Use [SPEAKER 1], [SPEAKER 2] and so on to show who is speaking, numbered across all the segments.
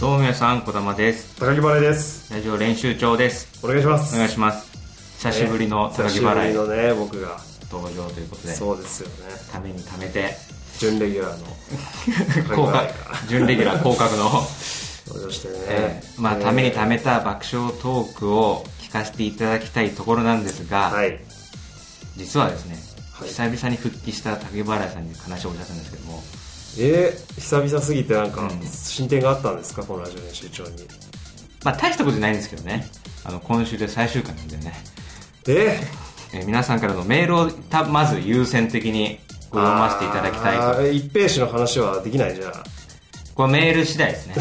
[SPEAKER 1] どうも皆さん、こだまです。
[SPEAKER 2] 高木バレーです。
[SPEAKER 1] ラジオ練習長です。
[SPEAKER 2] お願いします。
[SPEAKER 1] お願いします。久しぶりの高
[SPEAKER 2] 高
[SPEAKER 1] 木
[SPEAKER 2] 木
[SPEAKER 1] 払い
[SPEAKER 2] のね、僕が。
[SPEAKER 1] 登場ということで、
[SPEAKER 2] そうですよね。
[SPEAKER 1] ためにためて、
[SPEAKER 2] 準レギュラーの
[SPEAKER 1] 降
[SPEAKER 2] 高木払
[SPEAKER 1] 格
[SPEAKER 2] いが、
[SPEAKER 1] 準レギュラー降格の、
[SPEAKER 2] 登場してね。
[SPEAKER 1] えーまあ、ためにためた爆笑トークを聞かせていただきたいところなんですが、
[SPEAKER 2] はい。
[SPEAKER 1] 実はですね、
[SPEAKER 2] はい
[SPEAKER 1] 久々に復帰した竹原さんに話をおっしゃったんですけども、
[SPEAKER 2] えー、久々すぎてなんか
[SPEAKER 1] うん、
[SPEAKER 2] 進展があったんですか、このラジオ練習長に。
[SPEAKER 1] まあ、大したことじゃないんですけどね、あの、今週で最終回なんでね、え
[SPEAKER 2] え
[SPEAKER 1] ー皆さんからのメールをたまず優先的に ご読ませていただきたいと
[SPEAKER 2] あー一平氏の話はできないじゃん。
[SPEAKER 1] これメール次第です ね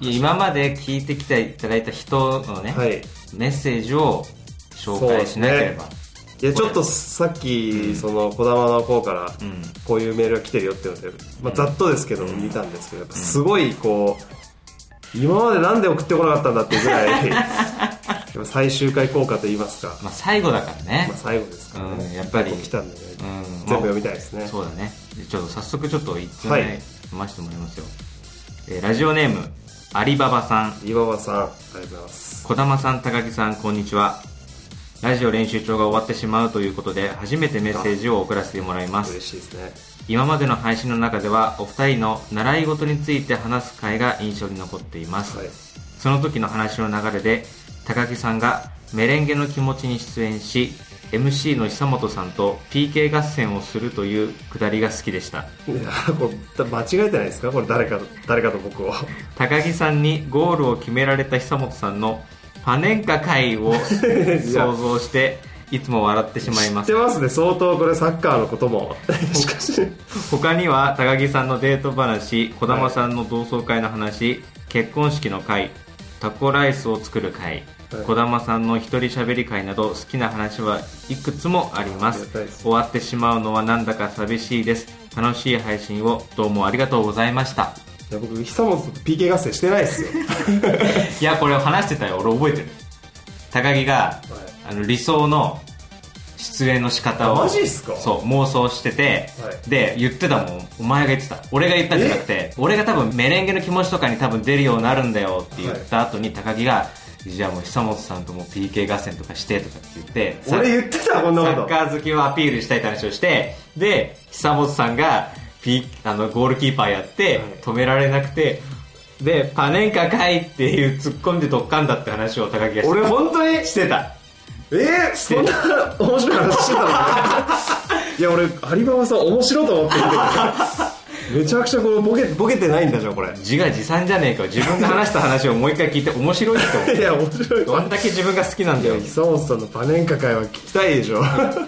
[SPEAKER 1] いや今まで聞いてきていただいた人のね、
[SPEAKER 2] はい。
[SPEAKER 1] メッセージを紹介しなければ
[SPEAKER 2] いや、
[SPEAKER 1] これ
[SPEAKER 2] ちょっとさっき、その、こだまの方から、
[SPEAKER 1] うん
[SPEAKER 2] こういうメールが来てるよっていうので、まあ、ざっとですけど、見たんですけど、やっぱすごいこう、今までなんで送ってこなかったんだっていう ぐらい、やっぱ最終回効果と言いますか、
[SPEAKER 1] まあ、最後だからね
[SPEAKER 2] まあ、、最後ですから
[SPEAKER 1] うん
[SPEAKER 2] ね、
[SPEAKER 1] やっぱり
[SPEAKER 2] こう来たんでね、
[SPEAKER 1] うん
[SPEAKER 2] 全部読みたいですね。
[SPEAKER 1] そうだねちょっと早速ちょっと一つ目、
[SPEAKER 2] はい
[SPEAKER 1] 読ませてもらいますよ、えーラジオネームアリババさん
[SPEAKER 2] 岩場さん、ありがとうございます。
[SPEAKER 1] 小玉さん高木さんこんにちはラジオ練習帳が終わってしまうということで初めてメッセージを送らせてもらいます
[SPEAKER 2] 嬉しいですね。
[SPEAKER 1] 今までの配信の中ではお二人の習い事について話す回が印象に残っています、
[SPEAKER 2] はい。
[SPEAKER 1] その時の話の流れで高木さんがメレンゲの気持ちに出演し MC の久本さんと PK 合戦をするというくだりが好きでした
[SPEAKER 2] いやこれ間違えてないですかこれ誰かと誰かと僕を
[SPEAKER 1] 高木さんにゴールを決められた久本さんのパネンカ会を想像していつも笑ってしまいま
[SPEAKER 2] 知
[SPEAKER 1] す
[SPEAKER 2] ってますね相当これサッカーのこ ともしかし
[SPEAKER 1] 他には高木さんのデート話児玉さんの同窓会の話、結婚式の会タコライスを作る会
[SPEAKER 2] はい
[SPEAKER 1] 児玉さんの一人喋り会など好きな話はいくつもありま
[SPEAKER 2] あり
[SPEAKER 1] す
[SPEAKER 2] がたいです
[SPEAKER 1] 終わってしまうのはなんだか寂しいです楽しい配信をどうもありがとうございました
[SPEAKER 2] いや僕久本と PK 合戦してない ですよ、
[SPEAKER 1] いやこれ話してたよ俺覚えてる高木があの理想の出演の仕方を
[SPEAKER 2] あマジっすか
[SPEAKER 1] そう妄想してて、
[SPEAKER 2] はい
[SPEAKER 1] で言ってたもんお前が言ってた俺が言ったんじゃなくて俺が多分メレンゲの気持ちとかに多分出るようになるんだよって言った後に高木が「じゃあもう久本さんともう PK 合戦とかして」とかって言ってさ
[SPEAKER 2] 俺言ってたこんな
[SPEAKER 1] サ
[SPEAKER 2] こと
[SPEAKER 1] ッカー好きをアピールしたいって話をしてで久本さんがピあのゴールキーパーやって
[SPEAKER 2] はい
[SPEAKER 1] 止められなくてでパネンカかいっていうツッコんでどっかんだって話を高木がして
[SPEAKER 2] 俺本当にえ
[SPEAKER 1] してた
[SPEAKER 2] ー、そんな面白い話し てたのいや俺アリババさん面白いと思って見てためちゃくちゃこうボケボケてないんだじゃんこれ
[SPEAKER 1] 自画自賛じゃねえかよ自分が話した話をもう一回聞いて面白いって思う
[SPEAKER 2] いや面白い
[SPEAKER 1] ど
[SPEAKER 2] わ
[SPEAKER 1] んだけ自分が好きなんだよ
[SPEAKER 2] 久本さんのパネンカ会は聞きたいでし ょ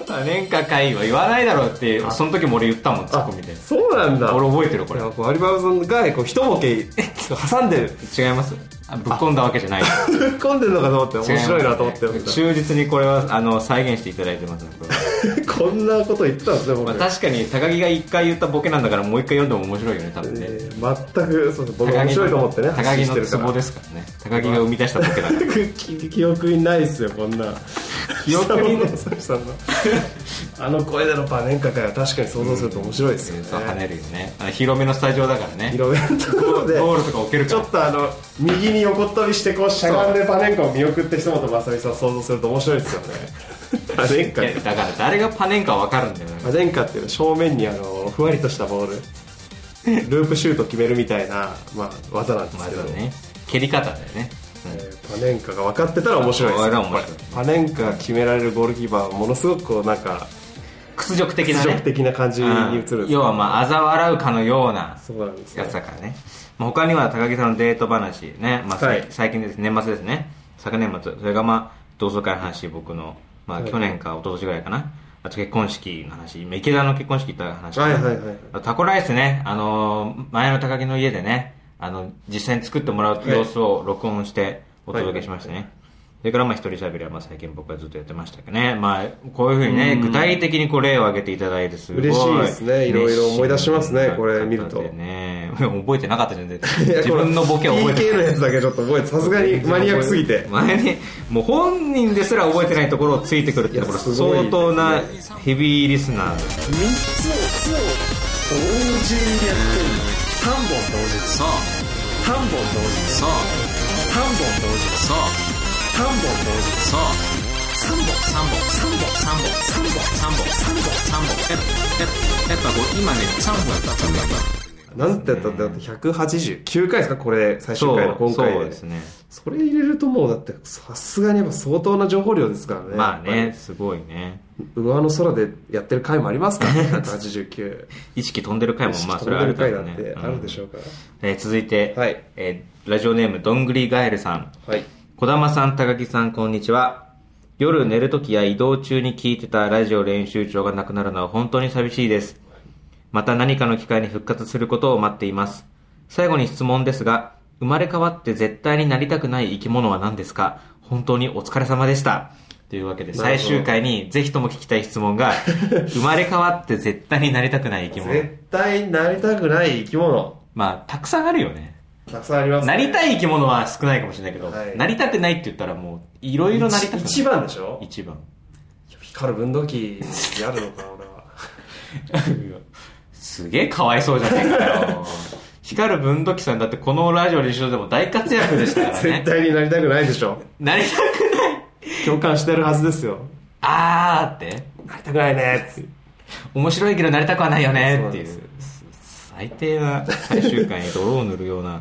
[SPEAKER 1] パネンカかいは言わないだろうってその時も俺言ったもんツッ
[SPEAKER 2] あ
[SPEAKER 1] コミで
[SPEAKER 2] そうなんだ
[SPEAKER 1] 俺覚えてるこれ
[SPEAKER 2] いやこうアリババさんがこう一ボケ挟んで る
[SPEAKER 1] 違いますあぶっ込んだわけじゃない
[SPEAKER 2] 突っ込んでるのかと思って 面白いなと 思って
[SPEAKER 1] 違います忠実にこれはあの再現していただいてますねこれは
[SPEAKER 2] こんなこと言ってたんですね
[SPEAKER 1] ま
[SPEAKER 2] 僕
[SPEAKER 1] あ、確かに高木が一回言ったボケなんだからもう一回読んでも面白いよね多分ね、
[SPEAKER 2] えー全くそうそう
[SPEAKER 1] 高木
[SPEAKER 2] 僕
[SPEAKER 1] の
[SPEAKER 2] 面白いと思ってね
[SPEAKER 1] 高木
[SPEAKER 2] 発信し
[SPEAKER 1] の
[SPEAKER 2] てるか
[SPEAKER 1] ツ
[SPEAKER 2] ら
[SPEAKER 1] ボですからね高木が生み出したボケだから
[SPEAKER 2] 記記憶にないっすよこんな
[SPEAKER 1] 記憶にね
[SPEAKER 2] 久本さんさんのあの声でのパネンカ会は確かに想像すると面白いですよ
[SPEAKER 1] そう跳
[SPEAKER 2] ね
[SPEAKER 1] ねるよねあの広めのスタジオだからね
[SPEAKER 2] 広めのところで
[SPEAKER 1] ゴールとか置けるか
[SPEAKER 2] ちょ
[SPEAKER 1] ら
[SPEAKER 2] っとあの右に横っ飛びしてこうしゃがんでパネンカを見送って久本雅美さん想像すると面白いですよねパネンカ
[SPEAKER 1] いやだから誰がパネンか分かるんだよ
[SPEAKER 2] パネンカっていうのは正面にあのふわりとしたボールループシュート決めるみたいな、まあ、技なんです
[SPEAKER 1] ま
[SPEAKER 2] け
[SPEAKER 1] ず
[SPEAKER 2] ど、
[SPEAKER 1] はね蹴り方だよね、うん
[SPEAKER 2] えーパネンカが分かってたら面白いです
[SPEAKER 1] これ
[SPEAKER 2] よ
[SPEAKER 1] は面白い
[SPEAKER 2] パネンカが決められるゴールキーパーはものすごくこうなんか
[SPEAKER 1] 屈辱的
[SPEAKER 2] 屈
[SPEAKER 1] なね
[SPEAKER 2] 辱的な感じに映るんですよ
[SPEAKER 1] うん要はまあ嘲笑うかのような
[SPEAKER 2] そうなんですよ
[SPEAKER 1] やつだからね、まあ、他には高木さんのデート話ね、まあ
[SPEAKER 2] はい
[SPEAKER 1] 最近です年末ですね昨年末それがまあ同窓会の話僕の、まあ、
[SPEAKER 2] はい
[SPEAKER 1] 去年か一昨年ぐらいかなあと結婚式の話今池田の結婚式行った話
[SPEAKER 2] はいはいはい
[SPEAKER 1] あとタコライスねあのー前の高木の家でねあの実際に作ってもらう様子を録音してお届けしましたね、それからまあ一人喋りはまあ最近僕はずっとやってましたけどね。まあこういうふうにね、具体的にこう例を挙げていただいてすごい。
[SPEAKER 2] 嬉しいですねいろいろ思い出しますね
[SPEAKER 1] 嬉い
[SPEAKER 2] これ見ると
[SPEAKER 1] ね 覚えてなかったじゃん、絶対
[SPEAKER 2] いや
[SPEAKER 1] 自分のボケを覚えて
[SPEAKER 2] PK の
[SPEAKER 1] ない
[SPEAKER 2] やつだけちょっと覚えてさすがにマニアックすぎて
[SPEAKER 1] 前にもう本人ですら覚えてないところをついてくるってところ
[SPEAKER 2] いやすごい
[SPEAKER 1] 相当なヘビーリスナーです
[SPEAKER 2] 3つを同時にやってる3本同時にそう3本同時
[SPEAKER 3] そう
[SPEAKER 2] 3本同時
[SPEAKER 3] そう
[SPEAKER 2] 3本同時
[SPEAKER 3] そう
[SPEAKER 2] 3本
[SPEAKER 3] 3本3本3本3本3本3本3本やっぱやっぱこう今ね3本やった3本やっ
[SPEAKER 2] な
[SPEAKER 3] た
[SPEAKER 2] んてやったってだって189回ですかこれ最終
[SPEAKER 1] そう
[SPEAKER 2] 回の今回
[SPEAKER 1] そうですね
[SPEAKER 2] それ入れるともうだってさすがにやっぱ相当な情報量ですからね
[SPEAKER 1] まあ
[SPEAKER 2] やっ
[SPEAKER 1] ね
[SPEAKER 2] ぱ
[SPEAKER 1] すごいね
[SPEAKER 2] り上の空でやってる回もありま すからね189
[SPEAKER 1] 意識飛んでる回もまあそれはあ
[SPEAKER 2] 飛
[SPEAKER 1] る
[SPEAKER 2] ん
[SPEAKER 1] か
[SPEAKER 2] でる回
[SPEAKER 1] ら
[SPEAKER 2] だっ
[SPEAKER 1] ね
[SPEAKER 2] てあるでしょ
[SPEAKER 1] う
[SPEAKER 2] うんから、
[SPEAKER 1] えー続いて、
[SPEAKER 2] はい
[SPEAKER 1] えーラジオネームどんぐりガエルさん
[SPEAKER 2] はい
[SPEAKER 1] 児玉さん高木さんこんにちは夜寝るときや移動中に聞いてたラジオ練習帳がなくなるのは本当に寂しいですまた何かの機会に復活することを待っています最後に質問ですが生まれ変わって絶対になりたくない生き物は何ですか本当にお疲れ様でしたというわけで
[SPEAKER 2] なるほど
[SPEAKER 1] 最終回にぜひとも聞きたい質 問が生まれ変わって絶対になりたくない生き物
[SPEAKER 2] 絶対なりたくない生き物
[SPEAKER 1] まあたくさんあるよね
[SPEAKER 2] たくさんあります、
[SPEAKER 1] なりた
[SPEAKER 2] い
[SPEAKER 1] い生き物は少ないかもしれないけど、
[SPEAKER 2] はい
[SPEAKER 1] なりたくないって言ったらもういろいろなりたくない
[SPEAKER 2] 一番でしょ
[SPEAKER 1] 一番
[SPEAKER 2] 光る分度器やるのか俺 は
[SPEAKER 1] すげえかわいそうじゃねえかよ光る文土器さんだってこのラジオで一緒でも大活躍でしたから
[SPEAKER 2] 絶
[SPEAKER 1] ね
[SPEAKER 2] 対になりたくないで しょ
[SPEAKER 1] なりたくない
[SPEAKER 2] 共感してるはずですよ
[SPEAKER 1] あーって
[SPEAKER 2] なりたくないねって
[SPEAKER 1] 面白いけどなりたくはないよねってい
[SPEAKER 2] そう
[SPEAKER 1] う
[SPEAKER 2] なん
[SPEAKER 1] 最低な最終回に泥を塗るような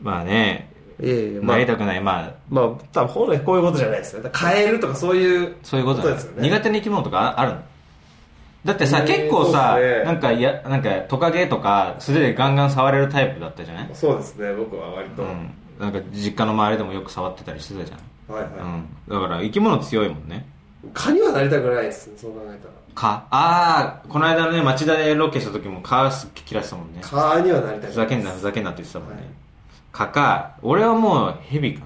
[SPEAKER 1] まあね
[SPEAKER 2] いやいやま
[SPEAKER 1] な
[SPEAKER 2] あ
[SPEAKER 1] りたくないまあ
[SPEAKER 2] まあ多分本来こういうことじゃないですねだからカエルとかそういう
[SPEAKER 1] そういうこと
[SPEAKER 2] こ
[SPEAKER 1] だ
[SPEAKER 2] と
[SPEAKER 1] ね
[SPEAKER 2] ですよね
[SPEAKER 1] 苦手な生き物とかああるのだってさ、
[SPEAKER 2] えー
[SPEAKER 1] 結構さ、
[SPEAKER 2] そうですね
[SPEAKER 1] なんかや、なんかトカゲとか素手でガンガン触れるタイプだったじゃない
[SPEAKER 2] そうですね僕は割と、
[SPEAKER 1] うん。なんか実家の周りでもよく触ってたりしてたじゃん。
[SPEAKER 2] はいは
[SPEAKER 1] うん。だから生き物強いもんね。
[SPEAKER 2] い、蚊にはなりたくないですねそう考えたら
[SPEAKER 1] 蚊。ああ、この間ね、町田でロケした時も蚊すっげえ嫌いてたもんね。
[SPEAKER 2] 蚊にはなりた
[SPEAKER 1] ふ
[SPEAKER 2] くな
[SPEAKER 1] ざ
[SPEAKER 2] い
[SPEAKER 1] けんな、ふざけんなって言ってたもんね。
[SPEAKER 2] はい
[SPEAKER 1] 蚊か、俺はもう蛇か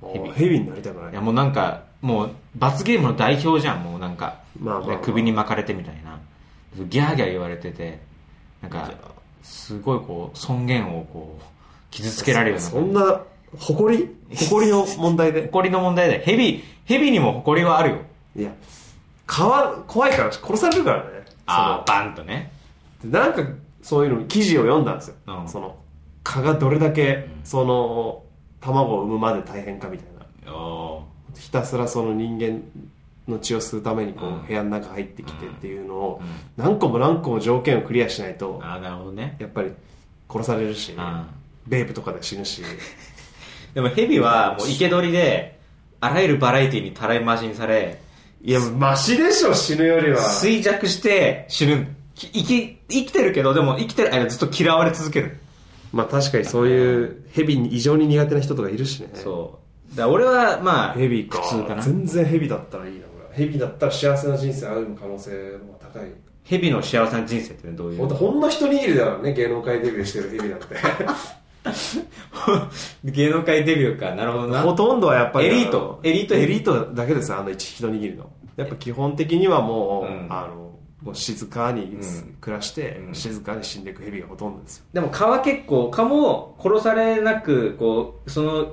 [SPEAKER 1] な。
[SPEAKER 2] もうヘビになりたくない
[SPEAKER 1] いやもうなんか、もう罰ゲームの代表じゃん、もうなんか。
[SPEAKER 2] まあまあまあ
[SPEAKER 1] で首に巻かれてみたいな。ギャーギャー言われてて、なんか、すごいこう、尊厳をこう、傷つけられるような。
[SPEAKER 2] そんな誇り誇りの問題で
[SPEAKER 1] 誇りの問題だよ。蛇、蛇にも誇りはあるよ。
[SPEAKER 2] いや蚊は怖いから殺されるからね
[SPEAKER 1] ああ、バンとね。
[SPEAKER 2] そのでなんかそういうの記事を読んだんですよ、
[SPEAKER 1] うん
[SPEAKER 2] その蚊がどれだけその卵を産むまで大変かみたいな
[SPEAKER 1] お
[SPEAKER 2] ひたすらその人間の血を吸うためにこ
[SPEAKER 1] うん
[SPEAKER 2] う部屋の中入ってきてっていうのを
[SPEAKER 1] うん
[SPEAKER 2] 何個も何個も条件をクリアしないと
[SPEAKER 1] ああ、なるほどね。
[SPEAKER 2] やっぱり殺されるし
[SPEAKER 1] うん
[SPEAKER 2] ベープとかで死ぬし
[SPEAKER 1] でも蛇はもう生け捕りで、あらゆるバラエティにたらい回しにされ、
[SPEAKER 2] いやマシでしょ死ぬよりは
[SPEAKER 1] 衰弱して死ぬ。き生き、生きてるけど、でも生きてる間ずっと嫌われ続ける。
[SPEAKER 2] まあ確かにそういうヘビに異常に苦手な人とかいるしね
[SPEAKER 1] そう。だから俺は、まあ、
[SPEAKER 2] ヘビか
[SPEAKER 1] 普通かな。
[SPEAKER 2] 全然ヘビだったらいいな俺ヘビだったら幸せな人生歩む可能性も高い
[SPEAKER 1] 蛇の幸せな人生ってねどういう
[SPEAKER 2] ほんとほんの一握りだからね芸能界デビューしてるヘビだって
[SPEAKER 1] 芸能界デビューか。なるほどな。
[SPEAKER 2] ほとんどはやっぱり
[SPEAKER 1] エリート
[SPEAKER 2] あの
[SPEAKER 1] エリートヘ
[SPEAKER 2] エ
[SPEAKER 1] ビ
[SPEAKER 2] リートだけですあの一一握りのやっぱ基本的にはもう、
[SPEAKER 1] うん
[SPEAKER 2] あのもう静かに
[SPEAKER 1] ん
[SPEAKER 2] 暮らして、
[SPEAKER 1] うん
[SPEAKER 2] 静かに死んでいくヘビがほとんどですよ
[SPEAKER 1] でも蚊は結構蚊も殺されなくこうその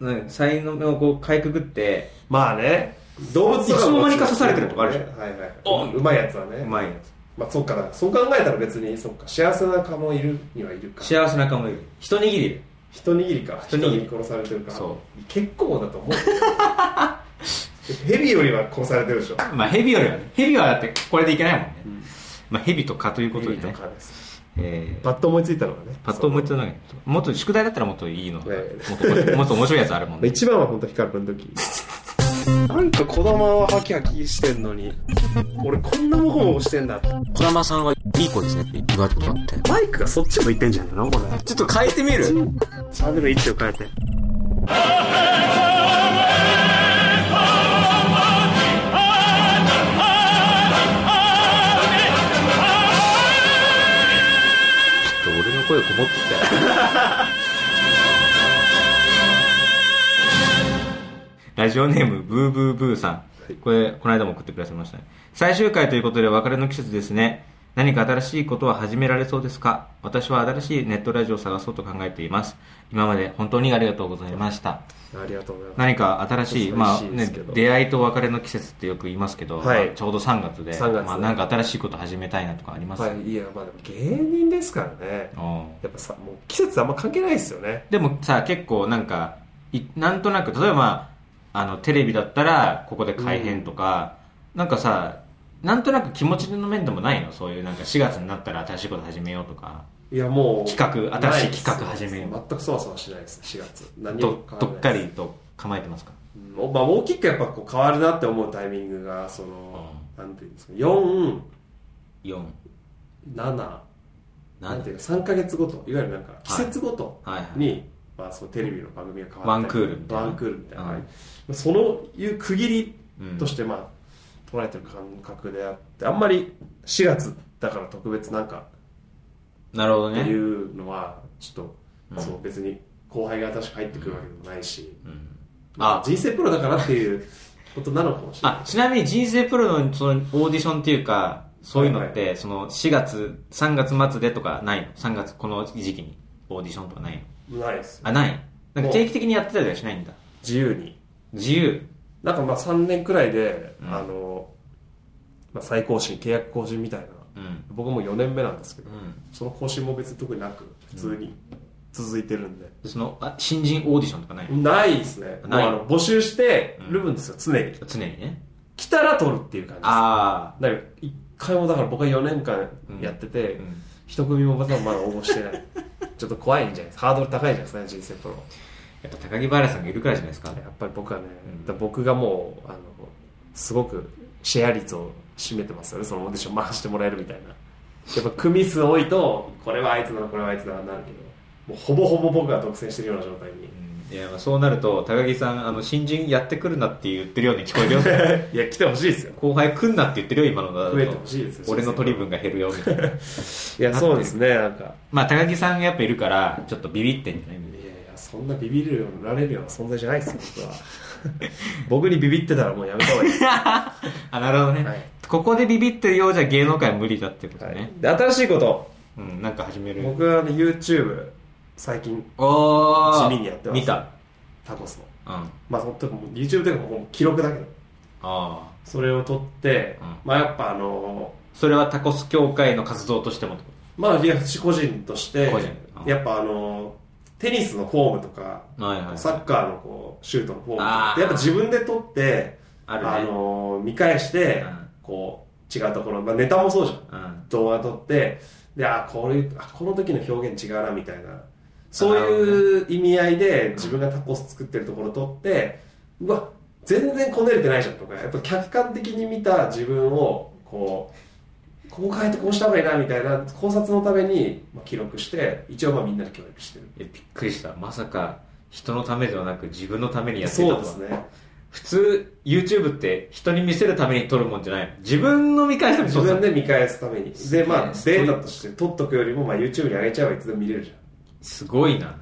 [SPEAKER 1] なんか才能をこうかいくぐって
[SPEAKER 2] まあね動物とか
[SPEAKER 1] いつの間にか刺されてるとかあるじゃん
[SPEAKER 2] はいはい
[SPEAKER 1] お
[SPEAKER 2] うまいやつはね
[SPEAKER 1] うまいやつ
[SPEAKER 2] まあそっかなそう考えたら別にそっか幸せな蚊もいるにはいるか
[SPEAKER 1] 幸せな蚊もいる一握りいる
[SPEAKER 2] 一握りか
[SPEAKER 1] 一
[SPEAKER 2] 人
[SPEAKER 1] 握り
[SPEAKER 2] に殺されてるか
[SPEAKER 1] そう
[SPEAKER 2] 結構だと思う ヘビよりは殺されてるでしょ
[SPEAKER 1] まあ蛇よりはね蛇はだってこれでいけないもんね、まあ蛇と蚊ということで
[SPEAKER 2] ヘビ
[SPEAKER 1] ね
[SPEAKER 2] とかです
[SPEAKER 1] えー
[SPEAKER 2] パッと思いついたのがね
[SPEAKER 1] パッと思いつかないもっと宿題だったらもっといいの、
[SPEAKER 2] いやいや
[SPEAKER 1] もっと もっともっと面白いやつあるもんね
[SPEAKER 2] 一番は本当光る分時なんか子供はハキハキしてんのに俺こんなモコモコしてんだ
[SPEAKER 3] 児玉さんはいい子ですねって言われたことあって
[SPEAKER 2] マイクがそっち向いてんじゃないのこれ
[SPEAKER 3] ちょっと変えてみる
[SPEAKER 2] チャンネル位置を変えて
[SPEAKER 3] ちょっと俺の声こもってたよ
[SPEAKER 1] ラジオネームブーブーブーさんこれこの間も送ってくださいましたね最終回ということで別れの季節ですね何か新しいことは始められそうですか私は新しいネットラジオを探そうと考えています。今まで本当にありがとうございました。
[SPEAKER 2] ありがとうございます。
[SPEAKER 1] 何か新しい、まあ
[SPEAKER 2] 寂しいで
[SPEAKER 1] ね
[SPEAKER 2] すけど、
[SPEAKER 1] 出会いと別れの季節ってよく言いますけど、
[SPEAKER 2] はい
[SPEAKER 1] まあちょうど3月で、
[SPEAKER 2] 3月
[SPEAKER 1] まあ、なんか新しいこと始めたいなとかあります、
[SPEAKER 2] はい、いや、まあでも芸人ですからね。
[SPEAKER 1] うん
[SPEAKER 2] やっぱさ、もう季節あんま関係ないですよね。
[SPEAKER 1] でもさ、結構なんか、いなんとなく、例えば、あの、テレビだったら、ここで改編とか、なんかさ、なんとなく気持ちの面でもないのそういうなんか4月になったら新しいこと始めようとか。
[SPEAKER 2] いや、もう。
[SPEAKER 1] 企画新しい企画始めよう
[SPEAKER 2] ないです全くそわそわしないです、4月。何も
[SPEAKER 1] ど
[SPEAKER 2] 変わらないです
[SPEAKER 1] どっかりと構えてますか
[SPEAKER 2] うんまあ、大きくやっぱこう変わるなって思うタイミングがその、なんていうんですか
[SPEAKER 1] 4
[SPEAKER 2] 477なんてい
[SPEAKER 1] 7
[SPEAKER 2] うか3か月ごといわゆるなんか季節ごと
[SPEAKER 1] はいはい
[SPEAKER 2] に、まあ、そのテレビの番組が変わったり
[SPEAKER 1] ワンクールみたいな
[SPEAKER 2] ワンクールみたいな、
[SPEAKER 1] はい
[SPEAKER 2] まあそのいう区切りとして、まあ、捉えてる感覚であってあんまり4月だから特別なんか
[SPEAKER 1] なるほど
[SPEAKER 2] ってい
[SPEAKER 1] ね、
[SPEAKER 2] うのはちょっと、
[SPEAKER 1] うん
[SPEAKER 2] そう別に後輩が私入ってくるわけでもないし、
[SPEAKER 1] うん、
[SPEAKER 2] ま
[SPEAKER 1] あ
[SPEAKER 2] あ、人生プロだからっていうことなのかもしれない
[SPEAKER 1] あちなみに人生プロのそのオーディションっていうかそういうのって、
[SPEAKER 2] は
[SPEAKER 1] その4月3月末でとかないの3月この時期にオーディションとかないの
[SPEAKER 2] ないです
[SPEAKER 1] あないなんか定期的にやってたりはしないんだ
[SPEAKER 2] 自由に
[SPEAKER 1] 自由
[SPEAKER 2] なんかまあ3年くらいで、
[SPEAKER 1] うん
[SPEAKER 2] あの、まあ、再更新契約更新みたいな
[SPEAKER 1] うん
[SPEAKER 2] 僕も4年目なんですけ
[SPEAKER 1] う
[SPEAKER 2] ど、
[SPEAKER 1] ん
[SPEAKER 2] その更新も別に特になく普通に続いてるんで、
[SPEAKER 1] でそのあ新人オーディションとかないの、
[SPEAKER 2] ないですねもう
[SPEAKER 1] ない
[SPEAKER 2] あの募集してるんですよ、常に
[SPEAKER 1] 常にね
[SPEAKER 2] 来たら取るっていう感じです
[SPEAKER 1] あ
[SPEAKER 2] だから一回もだから僕は4年間やってて、
[SPEAKER 1] あ、うん
[SPEAKER 2] 一組もまだまだ応募してないちょっと怖いんじゃないですかハードル高いじゃないですか人生プロ
[SPEAKER 1] やっぱ高木原さんがいるからじゃないですか
[SPEAKER 2] やっぱり僕はね、
[SPEAKER 1] うん
[SPEAKER 2] だから僕がもうあのすごくシェア率を占めてますよねそのオーディション回してもらえるみたいなやっぱ組数多いとこれはあいつだなこれはあいつだななるけどもうほぼほぼ僕が独占してるような状態に
[SPEAKER 1] うんいやまあそうなると高木さんあの新人やってくるなって言ってるように聞こえ るよ
[SPEAKER 2] いや来てほしいですよ
[SPEAKER 1] 後輩来んなって言ってるよ今のだと
[SPEAKER 2] 増えてほしいですよ
[SPEAKER 1] 俺の取り分が減るよみたいな
[SPEAKER 2] いやそうですねなんかいや
[SPEAKER 1] まあ高木さんがやっぱいるからちょっとビビってんじゃない
[SPEAKER 2] いやそんなビビるようになれるような存在じゃないですよ 僕は僕にビビってたらもうやめた方がいいです、は
[SPEAKER 1] あなるほどね、
[SPEAKER 2] はい
[SPEAKER 1] ここでビビってるようじゃ芸能界は無理だってことね、
[SPEAKER 2] い、で新しいこと
[SPEAKER 1] うんなんか始める
[SPEAKER 2] 僕は、ね、YouTube 最近
[SPEAKER 1] おー
[SPEAKER 2] 地味にやってます
[SPEAKER 1] 見た
[SPEAKER 2] タコスの
[SPEAKER 1] うんあ
[SPEAKER 2] まあ、本当にもう YouTube とかもう記録だけど、
[SPEAKER 1] あ
[SPEAKER 2] それを撮って、
[SPEAKER 1] うん
[SPEAKER 2] まあやっぱあの
[SPEAKER 1] それはタコス協會の活動としてもってこ
[SPEAKER 2] ーまあ、いや、私個人として
[SPEAKER 1] 個人、うん
[SPEAKER 2] やっぱあのーテニスのフォームとか、
[SPEAKER 1] とはいはいはい
[SPEAKER 2] サッカーのこう、シュートのフォームと
[SPEAKER 1] あー
[SPEAKER 2] かで、やっぱ自分で撮って、
[SPEAKER 1] あるね
[SPEAKER 2] のー見返して、
[SPEAKER 1] うん
[SPEAKER 2] こう、違うところ、まあネタもそうじゃん。
[SPEAKER 1] うん
[SPEAKER 2] 動画撮って、で、あ、これ、あ、この時の表現違うな、みたいな。そういう意味合いで、自分がタコス作ってるところ撮って、うわ、全然こねれてないじゃんとか、やっぱ客観的に見た自分を、こう、ここ変えてこうした方がいいな、みたいな考察のために、まあ、記録して、一応まあみんなで協力してる。
[SPEAKER 1] えびっくりしたまさか人のためではなく自分のためにやってたと
[SPEAKER 2] そう
[SPEAKER 1] は
[SPEAKER 2] ですね。
[SPEAKER 1] 普通 YouTube って人に見せるために撮るもんじゃないの自分の見返しても
[SPEAKER 2] 自
[SPEAKER 1] 撮る
[SPEAKER 2] 分で見返すために。
[SPEAKER 1] すげ
[SPEAKER 2] で、
[SPEAKER 1] え
[SPEAKER 2] まあ、
[SPEAKER 1] すごい
[SPEAKER 2] データとして撮っとくよりも、まあ、YouTube に上げちゃえばいつでも見れるじゃん。
[SPEAKER 1] すごいな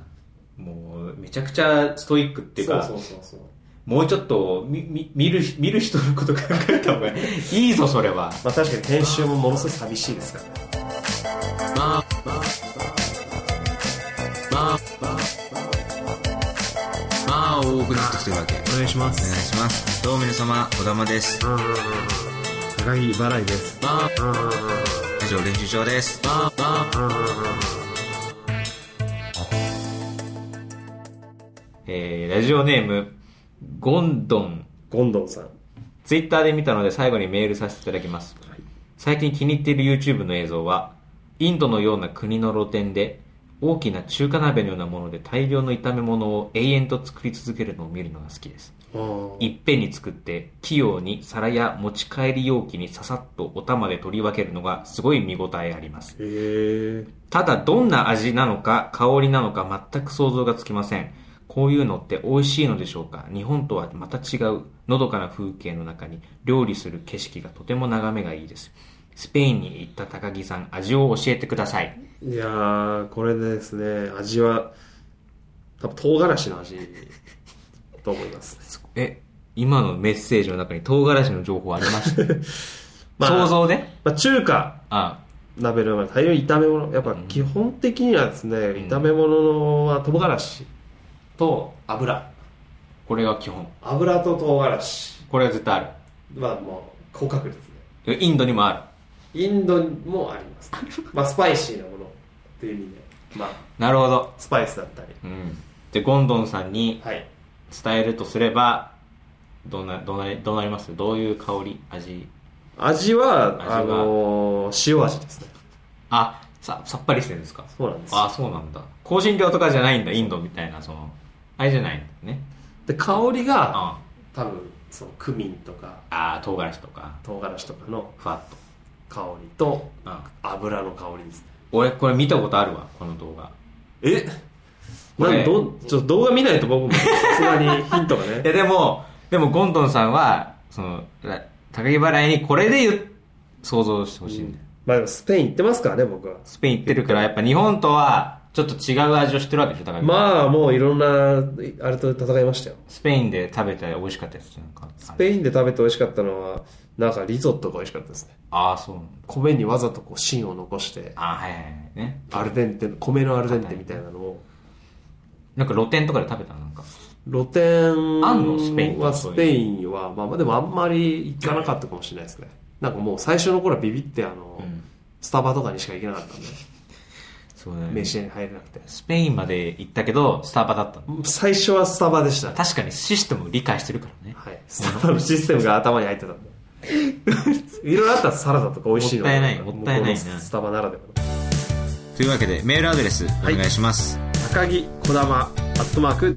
[SPEAKER 1] もうめちゃくちゃストイックっていうか
[SPEAKER 2] そうそうそうそう。
[SPEAKER 1] もうちょっとみみ見る見る人のこと考えた方がい いぞそれは
[SPEAKER 2] まあ、確かに編集もものすごい寂しいですからね。
[SPEAKER 3] まあまあまあまあまあ多くなってきてるわけお願いしますお願いしますどうも皆様小玉です
[SPEAKER 2] 高木払いです。
[SPEAKER 3] まあ以上練習場ですまあまあ
[SPEAKER 1] えー、ラジオネームゴンドン
[SPEAKER 2] ゴンドンさん。
[SPEAKER 1] ツイッターで見たので最後にメールさせていただきます。最近気に入っている YouTube の映像は、インドのような国の露店で、大きな中華鍋のようなもので大量の炒め物を永遠と作り続けるのを見るのが好きです。いっぺんに作って、器用に皿や持ち帰り容器にささっとお玉で取り分けるのがすごい見応えあります。
[SPEAKER 2] へえ
[SPEAKER 1] ただどんな味なのか香りなのか全く想像がつきませんこういうのって美味しいのでしょうか日本とはまた違うのどかな風景の中に料理する景色がとても眺めがいいですスペインに行った高木さん味を教えてください
[SPEAKER 2] いやーこれでですね味は多分唐辛子の味と思います、
[SPEAKER 1] え今のメッ セージの中に唐辛子の情報ありました
[SPEAKER 2] まあ
[SPEAKER 1] 想像で
[SPEAKER 2] まあ、中華
[SPEAKER 1] あ
[SPEAKER 2] 鍋の前大量に炒め物やっぱ基本的にはですね、炒め物のは唐辛子と油
[SPEAKER 1] これが基本
[SPEAKER 2] 油と唐辛子
[SPEAKER 1] これは絶対あ
[SPEAKER 2] はもう高確率で
[SPEAKER 1] るインドにもあ
[SPEAKER 2] インドにもあり ます、まあスパイシーなものっていう意味でまあ
[SPEAKER 1] るなるほど、
[SPEAKER 2] スパイスだったり
[SPEAKER 1] うん、でゴンドンさんに
[SPEAKER 2] はい
[SPEAKER 1] 伝えるとすればどうなどうなどうなりますどういう香り味
[SPEAKER 2] 味は
[SPEAKER 1] 味は
[SPEAKER 2] あのー塩味ですね
[SPEAKER 1] あささっぱりしてるんですか
[SPEAKER 2] そうなんです
[SPEAKER 1] あそうなんだ香辛料とかじゃないんだインドみたいなそのあれじゃないんだね
[SPEAKER 2] で香りが
[SPEAKER 1] あ
[SPEAKER 2] 多分そのクミンとか
[SPEAKER 1] あー唐辛子とか
[SPEAKER 2] 唐辛子とかの
[SPEAKER 1] ふわっと
[SPEAKER 2] 香りと
[SPEAKER 1] あ
[SPEAKER 2] 油の香りですね
[SPEAKER 1] 俺これ見たことあるわこの動画
[SPEAKER 2] え
[SPEAKER 1] これ
[SPEAKER 2] なんどちょっと動画見ないと僕もさすが にヒントが
[SPEAKER 1] いや
[SPEAKER 2] ね
[SPEAKER 1] でもでもゴンドンさんはそのら高木払いにこれで言う想像してほしいんだよ、
[SPEAKER 2] まあでもスペイン行ってますからね僕は
[SPEAKER 1] スペイン行ってるからやっぱ日本とはちょっと違う味をしてるわけでしょ高木
[SPEAKER 2] まあもういろんなあれと戦いましたよ
[SPEAKER 1] スペインで食べて美味しかったやつなんかある
[SPEAKER 2] スペインで食べて美味しかったのはなんかリゾットが美味しかったですね
[SPEAKER 1] ああそうなんだ
[SPEAKER 2] 米にわざとこう芯を残して
[SPEAKER 1] あーはいはいはいね
[SPEAKER 2] アルデンテ米のアルデンテみたいなのを
[SPEAKER 1] なんか露店とかで食べたのなんか
[SPEAKER 2] 露店
[SPEAKER 1] あんのスペイン
[SPEAKER 2] はスペインは、まあ、でもあんまり行かなかったかもしれないですねなんかもう最初の頃はビビってあの、
[SPEAKER 1] うん
[SPEAKER 2] スタバとかにしか行けなかったんで
[SPEAKER 1] そうだね
[SPEAKER 2] 飯屋に入れなくて
[SPEAKER 1] スペインまで行ったけどスタバだったの
[SPEAKER 2] 最初はスタバでした
[SPEAKER 1] 確かにシステムを理解してるからね
[SPEAKER 2] はい、スタバのシステムが頭に入ってたんで いろいろあったんですサラダとか美味しいのが
[SPEAKER 1] もったいないもったいないな
[SPEAKER 2] 向こうのスタバならではの
[SPEAKER 1] というわけでメールアドレスお願いします、
[SPEAKER 2] 高木こだまアットマーク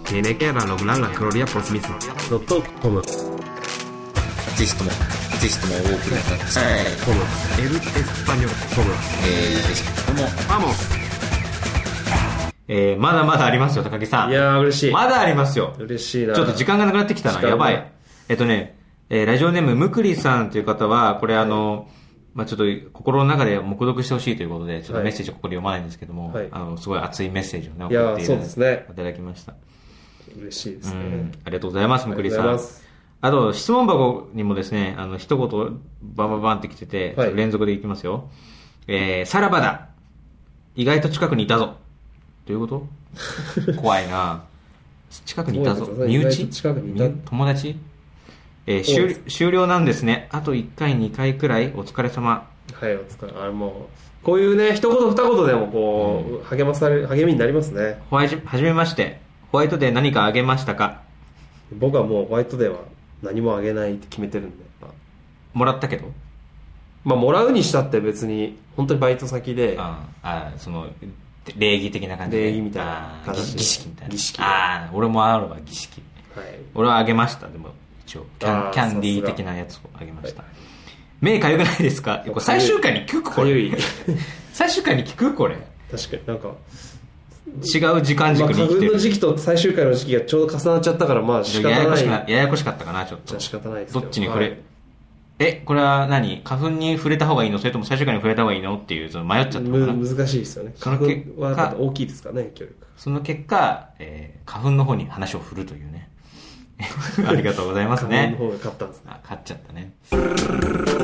[SPEAKER 2] TNKRLOGLANLACLORIAPOSMITH.com
[SPEAKER 1] ぜひともぜひともお送りください、
[SPEAKER 2] コムエルエスパニョコム
[SPEAKER 1] えー、ぜひとも
[SPEAKER 2] パモ
[SPEAKER 1] えー、まだまだありますよ高木さん
[SPEAKER 2] いやー嬉しい
[SPEAKER 1] まだありますよ
[SPEAKER 2] 嬉しいな
[SPEAKER 1] ちょっと時間がなくなってきたな
[SPEAKER 2] 時間が
[SPEAKER 1] やばいえっとね、えーラジオネームむくりさんという方はこれあの、まあ、ちょっと心の中で黙読してほしいということで、ちょっとメッセージをここで読まないんですけども、
[SPEAKER 2] はい
[SPEAKER 1] あの、すごい熱いメッセージをね、
[SPEAKER 2] いや
[SPEAKER 1] 送っ
[SPEAKER 2] ー
[SPEAKER 1] てい
[SPEAKER 2] そ
[SPEAKER 1] た
[SPEAKER 2] う
[SPEAKER 1] だ,、
[SPEAKER 2] ですね
[SPEAKER 1] いただきました。
[SPEAKER 2] 嬉しいで
[SPEAKER 1] う
[SPEAKER 2] すね
[SPEAKER 1] んありがとうございます、むくりさ
[SPEAKER 2] ありが
[SPEAKER 1] ん
[SPEAKER 2] とうございます。
[SPEAKER 1] あと、質問箱にもですね、あの、一言、バンバンバンって来てて、
[SPEAKER 2] はい
[SPEAKER 1] 連続でいきますよ。えー、さらばだ意外と近くにいたぞどういう こと怖いな近くにいたぞ
[SPEAKER 2] 怖いことだ
[SPEAKER 1] 身
[SPEAKER 2] 意外
[SPEAKER 1] 内
[SPEAKER 2] と近くにいた
[SPEAKER 1] 身友達えー
[SPEAKER 2] そうで
[SPEAKER 1] 終
[SPEAKER 2] す
[SPEAKER 1] 終了なんですね。あと1回、2回くらい、お疲れ様。
[SPEAKER 2] はいお疲れあれもうこういうね一言二言でもこう、励まされ励みになりますね
[SPEAKER 1] ホワイトはじめまして。ホワイトデー何かあげましたか
[SPEAKER 2] 僕はもうホワイトデーは何もあげないって決めてるんで、まあ
[SPEAKER 1] もらったけど
[SPEAKER 2] まあ、もらうにしたって別に本当にバイト先で
[SPEAKER 1] ああその礼儀的な感じで
[SPEAKER 2] 礼儀みたいな
[SPEAKER 1] ああ
[SPEAKER 2] 形で
[SPEAKER 1] 儀式みたいな
[SPEAKER 2] 儀式
[SPEAKER 1] ああ俺もあるわ儀式
[SPEAKER 2] はい
[SPEAKER 1] 俺はあげましたでも一応キャ
[SPEAKER 2] あ
[SPEAKER 1] ン
[SPEAKER 2] ー
[SPEAKER 1] キャンディー
[SPEAKER 2] さすが
[SPEAKER 1] 的なやつをあげました、目かゆくないですかこれ最終回に聞くこ
[SPEAKER 2] かゆ
[SPEAKER 1] れ
[SPEAKER 2] い
[SPEAKER 1] 最終回に聞くこれ違
[SPEAKER 2] 確かになんか、
[SPEAKER 1] う時間
[SPEAKER 2] ま
[SPEAKER 1] 軸
[SPEAKER 2] あ、
[SPEAKER 1] に
[SPEAKER 2] 花
[SPEAKER 1] 生
[SPEAKER 2] 粉
[SPEAKER 1] きてる、
[SPEAKER 2] の時期と最終回の時期がちょうど重なっちゃったからまあ仕方
[SPEAKER 1] ややこ
[SPEAKER 2] な
[SPEAKER 1] し
[SPEAKER 2] い
[SPEAKER 1] くなややこしかったかなちょっ
[SPEAKER 2] じ
[SPEAKER 1] と
[SPEAKER 2] ゃあ仕方ないですけ
[SPEAKER 1] ど
[SPEAKER 2] ど
[SPEAKER 1] っちに触れ、
[SPEAKER 2] はい
[SPEAKER 1] えこれは何花粉に触れた方がいいのそれとも最終回に触れた方がいいのっていうその迷っちゃったのかな
[SPEAKER 2] む難しいですよね
[SPEAKER 1] その
[SPEAKER 2] 花粉
[SPEAKER 1] 結
[SPEAKER 2] はだって大きいですからね距離が
[SPEAKER 1] その結果、えー花粉の方に話を振るという ね。ありがとうございます
[SPEAKER 2] 花
[SPEAKER 1] ね
[SPEAKER 2] 粉の。方が勝ったんですね
[SPEAKER 1] あ、勝っちゃったね。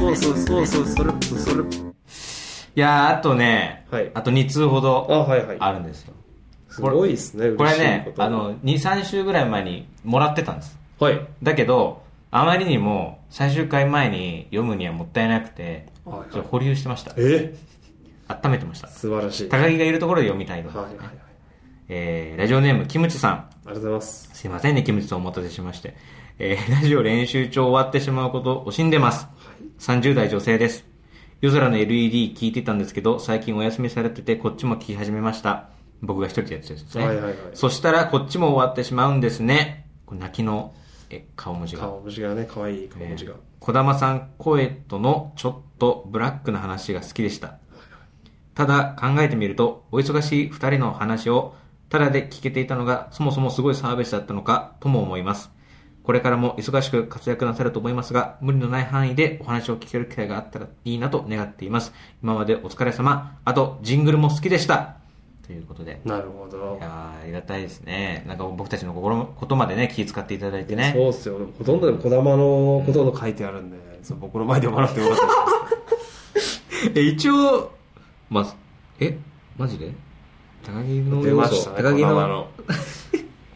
[SPEAKER 2] そうそうそうそうそれそれ
[SPEAKER 1] いやー、あとね、
[SPEAKER 2] はい
[SPEAKER 1] あと2通ほ
[SPEAKER 2] あ
[SPEAKER 1] ど
[SPEAKER 2] はいはい
[SPEAKER 1] あるんですよ。
[SPEAKER 2] すごいですね
[SPEAKER 1] これ
[SPEAKER 2] 嬉しい
[SPEAKER 1] ね
[SPEAKER 2] こ、と
[SPEAKER 1] あの、2、3週ぐらい前にもらってたんです。
[SPEAKER 2] はい
[SPEAKER 1] だけど、あまりにも最終回前に読むにはもったいなくて、ち
[SPEAKER 2] はい
[SPEAKER 1] ょ
[SPEAKER 2] はい
[SPEAKER 1] っと保留してました。
[SPEAKER 2] え
[SPEAKER 1] 温めてました。
[SPEAKER 2] 素晴らしいはい
[SPEAKER 1] 高木がいるところで読みたいので、
[SPEAKER 2] はいはいあ
[SPEAKER 1] えーラジオネーム、キムチさん。
[SPEAKER 2] りがとうございます
[SPEAKER 1] すいませんね、キムチさんお待たせしまして。えーラジオ練習帳終わってしまうこと惜しんでます。30代女性です。夜空の LED 聞いてたんですけど、最近お休みされてて、こっちも聞き始めました。僕が一人でやってたやつですね。
[SPEAKER 2] はいはいはい
[SPEAKER 1] そしたら、こっちも終わってしまうんですね。これ泣きのえ顔文字が。
[SPEAKER 2] 顔文字がね可愛い顔文字が、
[SPEAKER 1] 小玉さん声とのちょっとブラックな話が好きでしたただ考えてみるとお忙しい2人の話をただで聞けていたのがそもそもすごいサービスだったのかとも思いますこれからも忙しく活躍なさると思いますが無理のない範囲でお話を聞ける機会があったらいいなと願っています今までお疲れ様あとジングルも好きでしたということで。
[SPEAKER 2] なるほ
[SPEAKER 1] い
[SPEAKER 2] ど。
[SPEAKER 1] やーありがたいですね。なんか僕たちの心のことまでね、気遣っていただいてね。
[SPEAKER 2] そうっすよ。でもほとんどでも児玉のことの書いてあるんで、そう僕の前で読まなくてよかったです
[SPEAKER 1] え、一応、まあ、え、マジで高木の
[SPEAKER 2] 出
[SPEAKER 1] 要
[SPEAKER 2] ま
[SPEAKER 1] 素
[SPEAKER 2] したね。
[SPEAKER 1] 高木
[SPEAKER 2] 児玉
[SPEAKER 1] の、
[SPEAKER 2] の。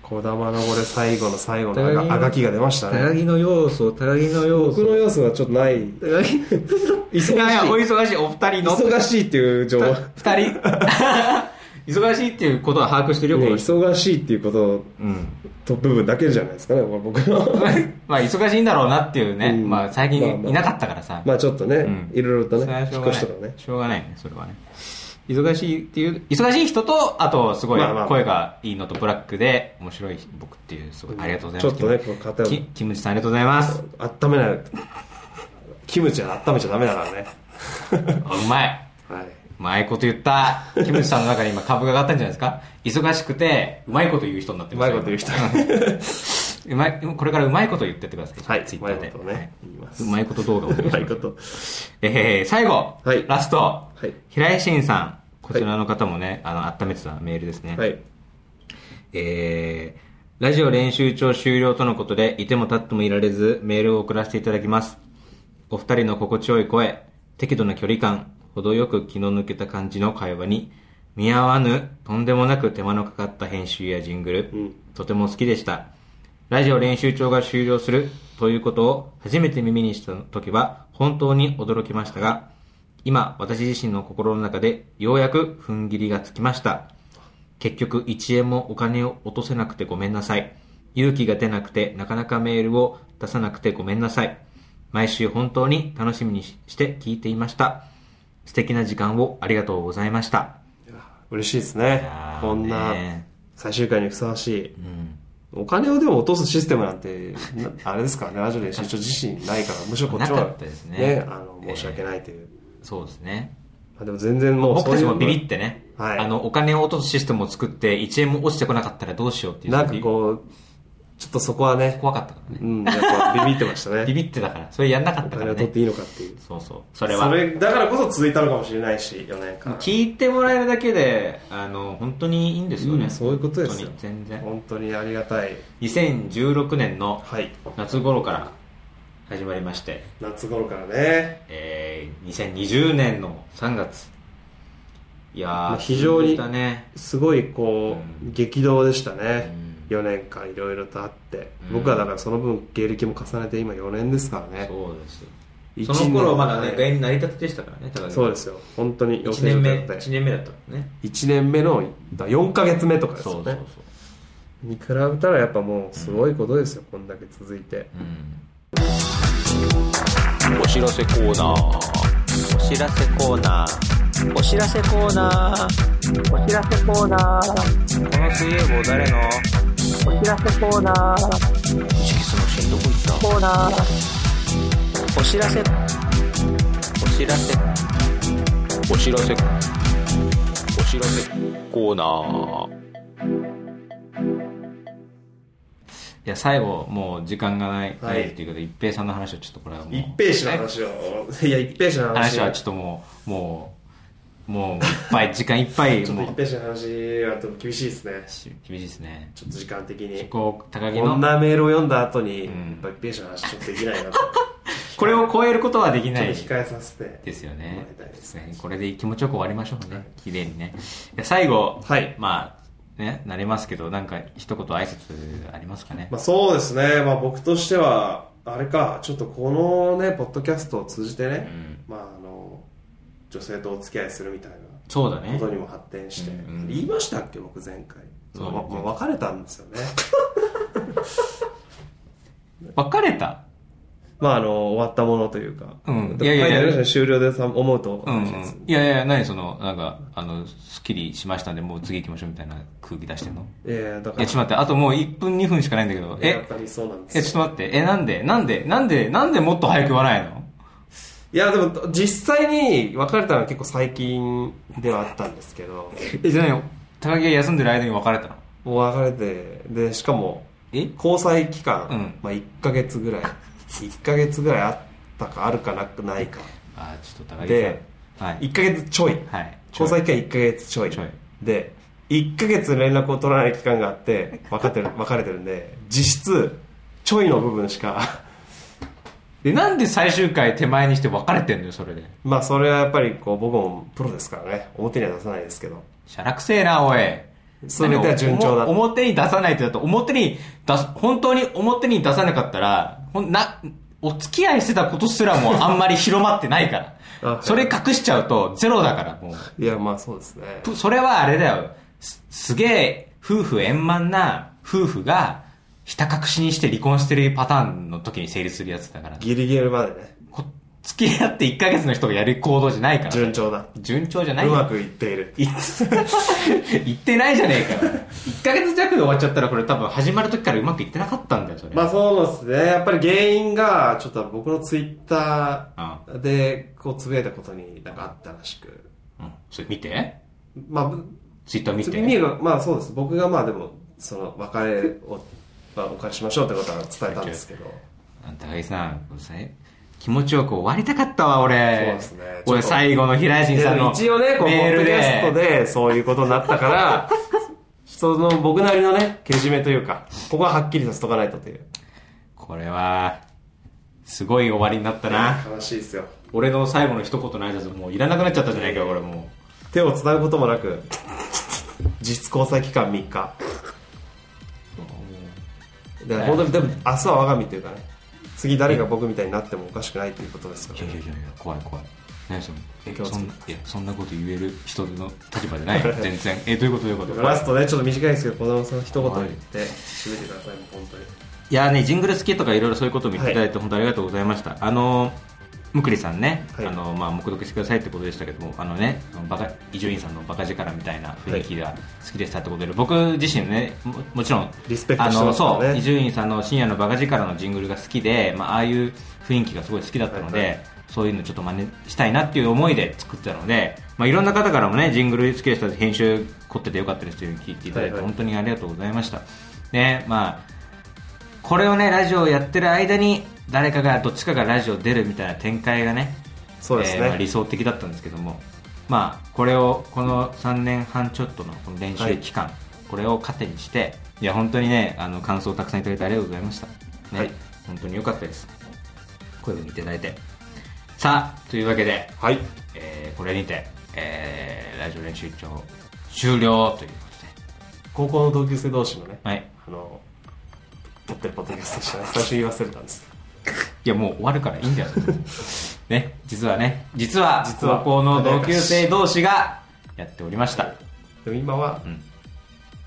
[SPEAKER 2] 児玉のこれ最後の最後の
[SPEAKER 1] 高
[SPEAKER 2] あ
[SPEAKER 1] 木
[SPEAKER 2] が
[SPEAKER 1] の
[SPEAKER 2] あがきが出ました
[SPEAKER 1] 高
[SPEAKER 2] ね。
[SPEAKER 1] 木の要素、高木の要
[SPEAKER 2] 僕の
[SPEAKER 1] 素。
[SPEAKER 2] 要素はちょっとない。
[SPEAKER 1] 高 木
[SPEAKER 2] 忙しい
[SPEAKER 1] いやいや、お忙しい、お二人の。
[SPEAKER 2] 忙しいっていう情報。
[SPEAKER 1] 二人。 忙しいっていうことは把握してるよ、こ
[SPEAKER 2] ね
[SPEAKER 1] の人。
[SPEAKER 2] 忙しいっていうこと
[SPEAKER 1] うん。
[SPEAKER 2] と部分だけじゃないですかね、これ僕 の。
[SPEAKER 1] まあ、忙しいんだろうなっていうね。
[SPEAKER 2] うん
[SPEAKER 1] まあ、最
[SPEAKER 2] まあ
[SPEAKER 1] 近
[SPEAKER 2] まあ
[SPEAKER 1] いなかったからさ。
[SPEAKER 2] まあちょっとね、
[SPEAKER 1] ん
[SPEAKER 2] いろいろと
[SPEAKER 1] それ
[SPEAKER 2] ね
[SPEAKER 1] は、しょ
[SPEAKER 2] 引
[SPEAKER 1] う
[SPEAKER 2] っ
[SPEAKER 1] がな
[SPEAKER 2] 越
[SPEAKER 1] い
[SPEAKER 2] しとかね。
[SPEAKER 1] しょうがないねそれはね忙しいっていう忙しい人とあとすごい
[SPEAKER 2] まあまあまあ
[SPEAKER 1] 声がいいのとブラックで面白い僕っていうすごいありがとうございます
[SPEAKER 2] ちょっとねこう片
[SPEAKER 1] キムキムチさんありがとうございます
[SPEAKER 2] 温めない。キムチは温めちゃダメだからね。
[SPEAKER 1] あうまい
[SPEAKER 2] はいう
[SPEAKER 1] まいこと言ったキムチさんの中で今株が上がったんじゃないですか忙しくてうまいこと言う人になって
[SPEAKER 2] う
[SPEAKER 1] ま
[SPEAKER 2] ますいこと言う人。
[SPEAKER 1] うまいこれからうまいこと言ってってください
[SPEAKER 2] はい
[SPEAKER 1] ツイッターで
[SPEAKER 2] うまいことをね
[SPEAKER 1] は
[SPEAKER 2] 言います
[SPEAKER 1] うまいこと動画をお願いし
[SPEAKER 2] う
[SPEAKER 1] ます
[SPEAKER 2] まいこと。
[SPEAKER 1] えー、最後、
[SPEAKER 2] はい
[SPEAKER 1] ラスト、
[SPEAKER 2] はい
[SPEAKER 1] 平井慎さんこちらの方もね、あの温めてたメールですね、
[SPEAKER 2] はい。
[SPEAKER 1] えー、ラジオ練習帳終了とのことで、いても立ってもいられず、メールを送らせていただきます。お二人の心地よい声、適度な距離感、程よく気の抜けた感じの会話に、見合わぬ、とんでもなく手間のかかった編集やジングル、
[SPEAKER 2] うん
[SPEAKER 1] とても好きでした。ラジオ練習帳が終了するということを初めて耳にした時は本当に驚きましたが、今私自身の心の中でようやく踏ん切りがつきました。結局1円もお金を落とせなくてごめんなさい。勇気が出なくてなかなかメールを出さなくてごめんなさい。毎週本当に楽しみにしして聞いていました。素敵な時間をありがとうございました。
[SPEAKER 2] 嬉しいですね
[SPEAKER 1] やー。
[SPEAKER 2] こんな
[SPEAKER 1] ね
[SPEAKER 2] 最終回にふさわしい。
[SPEAKER 1] うん。
[SPEAKER 2] お金をでも落とすシステムなん て、なあれですからね、ラジオ練習長自身ないから、むしろこっち
[SPEAKER 1] な
[SPEAKER 2] は
[SPEAKER 1] かったですね
[SPEAKER 2] あの、申し訳ないという。
[SPEAKER 1] そうですね。
[SPEAKER 2] まあ、でも全然もう
[SPEAKER 1] 僕
[SPEAKER 2] そう
[SPEAKER 1] た
[SPEAKER 2] い
[SPEAKER 1] ち
[SPEAKER 2] う
[SPEAKER 1] も
[SPEAKER 2] の
[SPEAKER 1] ビビってね、
[SPEAKER 2] はい
[SPEAKER 1] あのお金を落とすシステムを作って1円も落ちてこなかったらどうしようっていう
[SPEAKER 2] なんかこう、ちょっとそこはね、
[SPEAKER 1] 怖かったからね
[SPEAKER 2] うん、やっ ぱビビってました
[SPEAKER 1] ビ
[SPEAKER 2] ね。
[SPEAKER 1] ビってたからそれやんなかっ
[SPEAKER 2] お
[SPEAKER 1] たか
[SPEAKER 2] 金
[SPEAKER 1] ら
[SPEAKER 2] を取
[SPEAKER 1] ね
[SPEAKER 2] っていいのかっていう。
[SPEAKER 1] そうそうそれは
[SPEAKER 2] だからこそ続いたのかもしれないし、4年間。
[SPEAKER 1] 聞いてもらえるだけであの本当にいいんですよね、
[SPEAKER 2] うんそういうことですよ
[SPEAKER 1] 本当に全然
[SPEAKER 2] 本当にありがたい。
[SPEAKER 1] 2016年の
[SPEAKER 2] はい。
[SPEAKER 1] 夏頃から始まりまして、
[SPEAKER 2] 夏頃からね。
[SPEAKER 1] えー、2020年の3月いやー、
[SPEAKER 2] あ非常に
[SPEAKER 1] 続いたね
[SPEAKER 2] すごいこう、
[SPEAKER 1] うん
[SPEAKER 2] 激動でしたね。
[SPEAKER 1] うん
[SPEAKER 2] 4年間いろいろとあって、
[SPEAKER 1] うん
[SPEAKER 2] 僕はだからその分芸歴も重ねて今4年ですからね。
[SPEAKER 1] そうですよ
[SPEAKER 2] 一
[SPEAKER 1] その頃まだね芸
[SPEAKER 2] 年
[SPEAKER 1] 人成り立てでしたからね高木
[SPEAKER 2] そうですよ。本当に養
[SPEAKER 1] 1
[SPEAKER 2] 成所
[SPEAKER 1] 年
[SPEAKER 2] だ
[SPEAKER 1] 目
[SPEAKER 2] った
[SPEAKER 1] 1年目だったもんね
[SPEAKER 2] 1年目のだ4ヶ月目とかです
[SPEAKER 1] そ
[SPEAKER 2] よ
[SPEAKER 1] う
[SPEAKER 2] ね
[SPEAKER 1] そうそう、
[SPEAKER 2] に比べたらやっぱもうすごいことですよ、こんだけ続いて
[SPEAKER 1] うん、お知らせコーナーお知らせコーナーお知らせコーナーお知らせコーナーこの水泳帽誰の
[SPEAKER 4] お知らせコーナー、
[SPEAKER 1] 意識すのシーンどこ行
[SPEAKER 4] コーナー。
[SPEAKER 1] ったお知らせお知らせお知らせお知らせコーナーいや最後もう時間がない、
[SPEAKER 2] はい
[SPEAKER 1] ないっていうことで一平さんの話をちょっとこれはもう
[SPEAKER 2] 一平氏の話をいや一平氏の話
[SPEAKER 1] 話はちょっともうもうもういっぱい時 間いっぱい
[SPEAKER 2] ちょっと
[SPEAKER 1] も
[SPEAKER 2] 一
[SPEAKER 1] う
[SPEAKER 2] 平氏の話はちょっと厳しいですね
[SPEAKER 1] し厳しいですね
[SPEAKER 2] ちょっと時間的に
[SPEAKER 1] こう高木
[SPEAKER 2] こん
[SPEAKER 1] の
[SPEAKER 2] なメールを読んだ後に、
[SPEAKER 1] うん
[SPEAKER 2] やっぱ一平氏の話ちょっとでき ないなと
[SPEAKER 1] これを超えることはでき
[SPEAKER 2] ち
[SPEAKER 1] な
[SPEAKER 2] ょっ
[SPEAKER 1] い
[SPEAKER 2] と控えさせて
[SPEAKER 1] ですよね
[SPEAKER 2] もらいたいです
[SPEAKER 1] これで気持ちよく終わりましょうね綺麗にねいや最後、
[SPEAKER 2] はい
[SPEAKER 1] まあねなりますけどなんか一言挨拶ありますかね、
[SPEAKER 2] まあ、そうですね、まあ、僕としてはあれかちょっとこのねポッドキャストを通じてね、まああの女性とお付き合いするみたいな
[SPEAKER 1] そうだね
[SPEAKER 2] ことにも発展して、
[SPEAKER 1] うんうん
[SPEAKER 2] 言いましたっけ僕前回
[SPEAKER 1] そう
[SPEAKER 2] ままあ別れたんですよね
[SPEAKER 1] 別れた
[SPEAKER 2] まああの終わったものというか、
[SPEAKER 1] うん
[SPEAKER 2] でも
[SPEAKER 1] いやいやいや
[SPEAKER 2] ファイナル終了でさ思うと、
[SPEAKER 1] うん、うん、いやいや何そのなんかあのすっきりしましたんでもう次行きましょうみたいな空気出してんの
[SPEAKER 2] いやいやだか
[SPEAKER 1] い
[SPEAKER 2] ら
[SPEAKER 1] やちょっと待ってあともう1分2分しかないんだけど
[SPEAKER 2] いやや
[SPEAKER 1] え
[SPEAKER 2] っぱりそうなんです
[SPEAKER 1] え、
[SPEAKER 2] よ
[SPEAKER 1] ちょっと待って。え、なんでなんでなんでなんでもっと早く言わないの
[SPEAKER 2] いやでも実際に別れたのは結構最近ではあったんですけど
[SPEAKER 1] え、じゃないよ。高木が休んでる間に別れたの。
[SPEAKER 2] もう別れてでしかも
[SPEAKER 1] え
[SPEAKER 2] 交際期間、
[SPEAKER 1] うん
[SPEAKER 2] まあ、1ヶ月ぐ らい1ヶ月ぐらいあったかあるかなくないか
[SPEAKER 1] あー、ちょっと高木さん。
[SPEAKER 2] で
[SPEAKER 1] はい。
[SPEAKER 2] 1ヶ月ちょい
[SPEAKER 1] はい。
[SPEAKER 2] 交際期間1ヶ月ちょい
[SPEAKER 1] ちょい
[SPEAKER 2] で1ヶ月連絡を取らない期間があって分かってる分かれてるんで実質ちょいの部分しか
[SPEAKER 1] で、なんで最終回手前にして別れてんのよ、それで。
[SPEAKER 2] まあそれはやっぱりこう僕もプロですからね表には出さないですけど
[SPEAKER 1] しゃらくせえな、おい。
[SPEAKER 2] 全ては順調だ
[SPEAKER 1] おも表に出さないってだと、表に出す、本当に表に出さなかったら、ほんな、お付き合いしてたことすらもあんまり広まってないか
[SPEAKER 2] あは
[SPEAKER 1] ら。
[SPEAKER 2] い
[SPEAKER 1] それ隠しちゃうと、ゼロだから、もう。
[SPEAKER 2] いやまあそうですね
[SPEAKER 1] ぷそれはあれだよ。す、すげえ、夫婦円満な夫婦が、ひた隠しにして離婚してるパターンの時に成立するやつだから。
[SPEAKER 2] ギリギリまでね
[SPEAKER 1] こ付き合って1ヶ月の人がやる行動じゃないから。
[SPEAKER 2] 順調だ
[SPEAKER 1] 順調じゃないうよ
[SPEAKER 2] まくいっている
[SPEAKER 1] いつ 言ってないじゃねえかよ。1ヶ月弱で終わっちゃったらこれ多分始まる時からうまくいってなかったんだよ、それ。
[SPEAKER 2] まあそうですね。やっぱり原因が、ちょっと僕のツイッタ
[SPEAKER 1] あ
[SPEAKER 2] ーで、こう、つぶやいたことになんかあったらしく。
[SPEAKER 1] うん。それ見て
[SPEAKER 2] まあ、
[SPEAKER 1] ツイッター見
[SPEAKER 2] つ
[SPEAKER 1] て。
[SPEAKER 2] みが、まあそうです。僕がまあでも、その、別れを、まあ、お借りしましょうってことは伝えたんですけど。
[SPEAKER 1] あんた高木さん、これさ気持ちよく終わりたかったわ、俺。
[SPEAKER 2] そうですね
[SPEAKER 1] 俺
[SPEAKER 2] ちょっと
[SPEAKER 1] 最後の平井
[SPEAKER 2] い
[SPEAKER 1] 新さ
[SPEAKER 2] や
[SPEAKER 1] んの
[SPEAKER 2] 一応ね、こう、ポ
[SPEAKER 1] メ
[SPEAKER 2] ッ
[SPEAKER 1] ー
[SPEAKER 2] ド
[SPEAKER 1] ル
[SPEAKER 2] キャスト
[SPEAKER 1] で。
[SPEAKER 2] でそういうことになっ たから、その僕なりのね、けじめというか、ここははっきりさせとかないとという。
[SPEAKER 1] これは、すごい終わりになったな。
[SPEAKER 5] 悲しいですよ。
[SPEAKER 1] 俺の最後の一言の挨拶もういらなくなっちゃったじゃないかよ、俺も
[SPEAKER 2] 手を繋ぐこともなく、実質交際期間3日。だから本当に、でも明日は我が身というかね、次誰が僕みたいになってもおかしくないということですか
[SPEAKER 1] う。い
[SPEAKER 2] ら
[SPEAKER 1] やいや
[SPEAKER 2] ね。
[SPEAKER 1] いやいや、怖い怖い。何その、え、
[SPEAKER 2] 今日
[SPEAKER 1] そんいやそんなこと言える人の立場じゃない。全然。え、どういうことどういうこと
[SPEAKER 2] ラストね、ちょっと短いですけど、小玉さん一言言って、締めてください、もう本当に。
[SPEAKER 1] いやーね、ジングル好きとかいろいろそういうことも言っていただいて、本当ありがとうございました。あのー、むくりさんね、
[SPEAKER 2] はい
[SPEAKER 1] あのーまあ、目読してくださいってことでしたけども、あのね、バカ伊集院さんのバカ力みたいな雰囲気が好きでしたってことで、僕自身ね、ももちろん、
[SPEAKER 2] リスペクト
[SPEAKER 1] あ
[SPEAKER 2] してま
[SPEAKER 1] の
[SPEAKER 2] すからね
[SPEAKER 1] そう伊集院さんの深夜のバカ力のジングルが好きで、まあ、ああいう雰囲気がすごい好きだったので、
[SPEAKER 2] はいは
[SPEAKER 1] そういうのちょっと真似したいなっていう思いで作ったので、まあ、いろんな方からもね、ジングル好きでしたし編集凝っててよかったですというふうに聞いていただいて、
[SPEAKER 2] はいはい
[SPEAKER 1] 本当にありがとうございました。ね、まあこれをねラジオをやってる間に誰かがどっちかがラジオ出るみたいな展開がね
[SPEAKER 2] そうですね
[SPEAKER 1] まあ理想的だったんですけどもまあこれをこの3年半ちょっとのこの練習期間、これを糧にしていや本当にねあの感想をたくさんいただいてありがとうございました、ね
[SPEAKER 2] はい
[SPEAKER 1] 本当に良かったです声をいただいてさあというわけで、
[SPEAKER 2] はい。
[SPEAKER 1] えーこれにて、えーラジオ練習帳終了というこ
[SPEAKER 2] 高校の同級生同士のね、
[SPEAKER 1] とではい
[SPEAKER 2] あの、撮ってるポッドキャストでしたね。 最初言い忘れたんですけど。
[SPEAKER 1] いや、もう終わるからいい んだよ。ね、実はね、実は、
[SPEAKER 2] 実は
[SPEAKER 1] 高校の同級生同士がやっておりました。
[SPEAKER 2] でも今は
[SPEAKER 1] うん、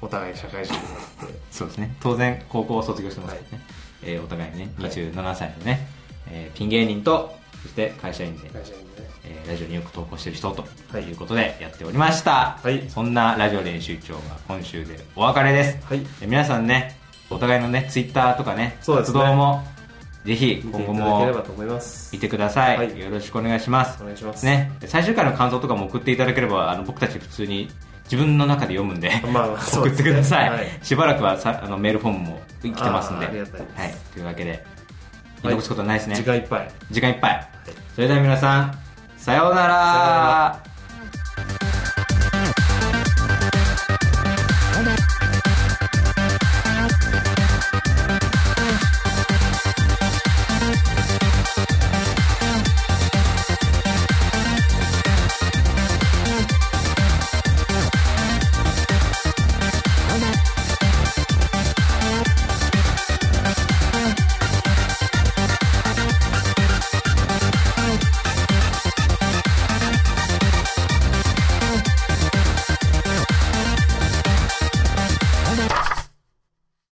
[SPEAKER 2] お互い社会人になって、
[SPEAKER 1] そうですね。当然、高校を卒業してますからね。
[SPEAKER 2] は
[SPEAKER 1] えーお互いにね、27歳のね、えーピン芸人と、そして会社員で、
[SPEAKER 2] 会社員でね。
[SPEAKER 1] えーラジオによく投稿してる人と、
[SPEAKER 2] はい
[SPEAKER 1] い、うことでやっておりました。
[SPEAKER 2] はい
[SPEAKER 1] そんなラジオ練習長は今週でお別れです。
[SPEAKER 2] はい
[SPEAKER 1] えー皆さんね、お互いのね、ツイッターとかね、
[SPEAKER 2] そうです
[SPEAKER 1] 活
[SPEAKER 2] ね
[SPEAKER 1] 動も、ぜひ、
[SPEAKER 2] 見
[SPEAKER 1] 今
[SPEAKER 2] てい
[SPEAKER 1] 後
[SPEAKER 2] ただけ
[SPEAKER 1] も
[SPEAKER 2] ればと思います。
[SPEAKER 1] 見てください、
[SPEAKER 2] はい
[SPEAKER 1] よろしくお願いします
[SPEAKER 2] お願いします
[SPEAKER 1] ね、最終回の感想とかも送っていただければあの僕たち普通に自分の中で読むんで、
[SPEAKER 2] まあまあそ
[SPEAKER 1] 送
[SPEAKER 2] うです
[SPEAKER 1] って
[SPEAKER 2] ね
[SPEAKER 1] ください、
[SPEAKER 2] はい
[SPEAKER 1] しばらくはさあのメールフォームも来てますんで
[SPEAKER 2] あーありがたいです
[SPEAKER 1] はい、というわけで見残すことはないですね、
[SPEAKER 2] 時間いっぱい。
[SPEAKER 1] 時間いっぱいそれでは皆さんさようなら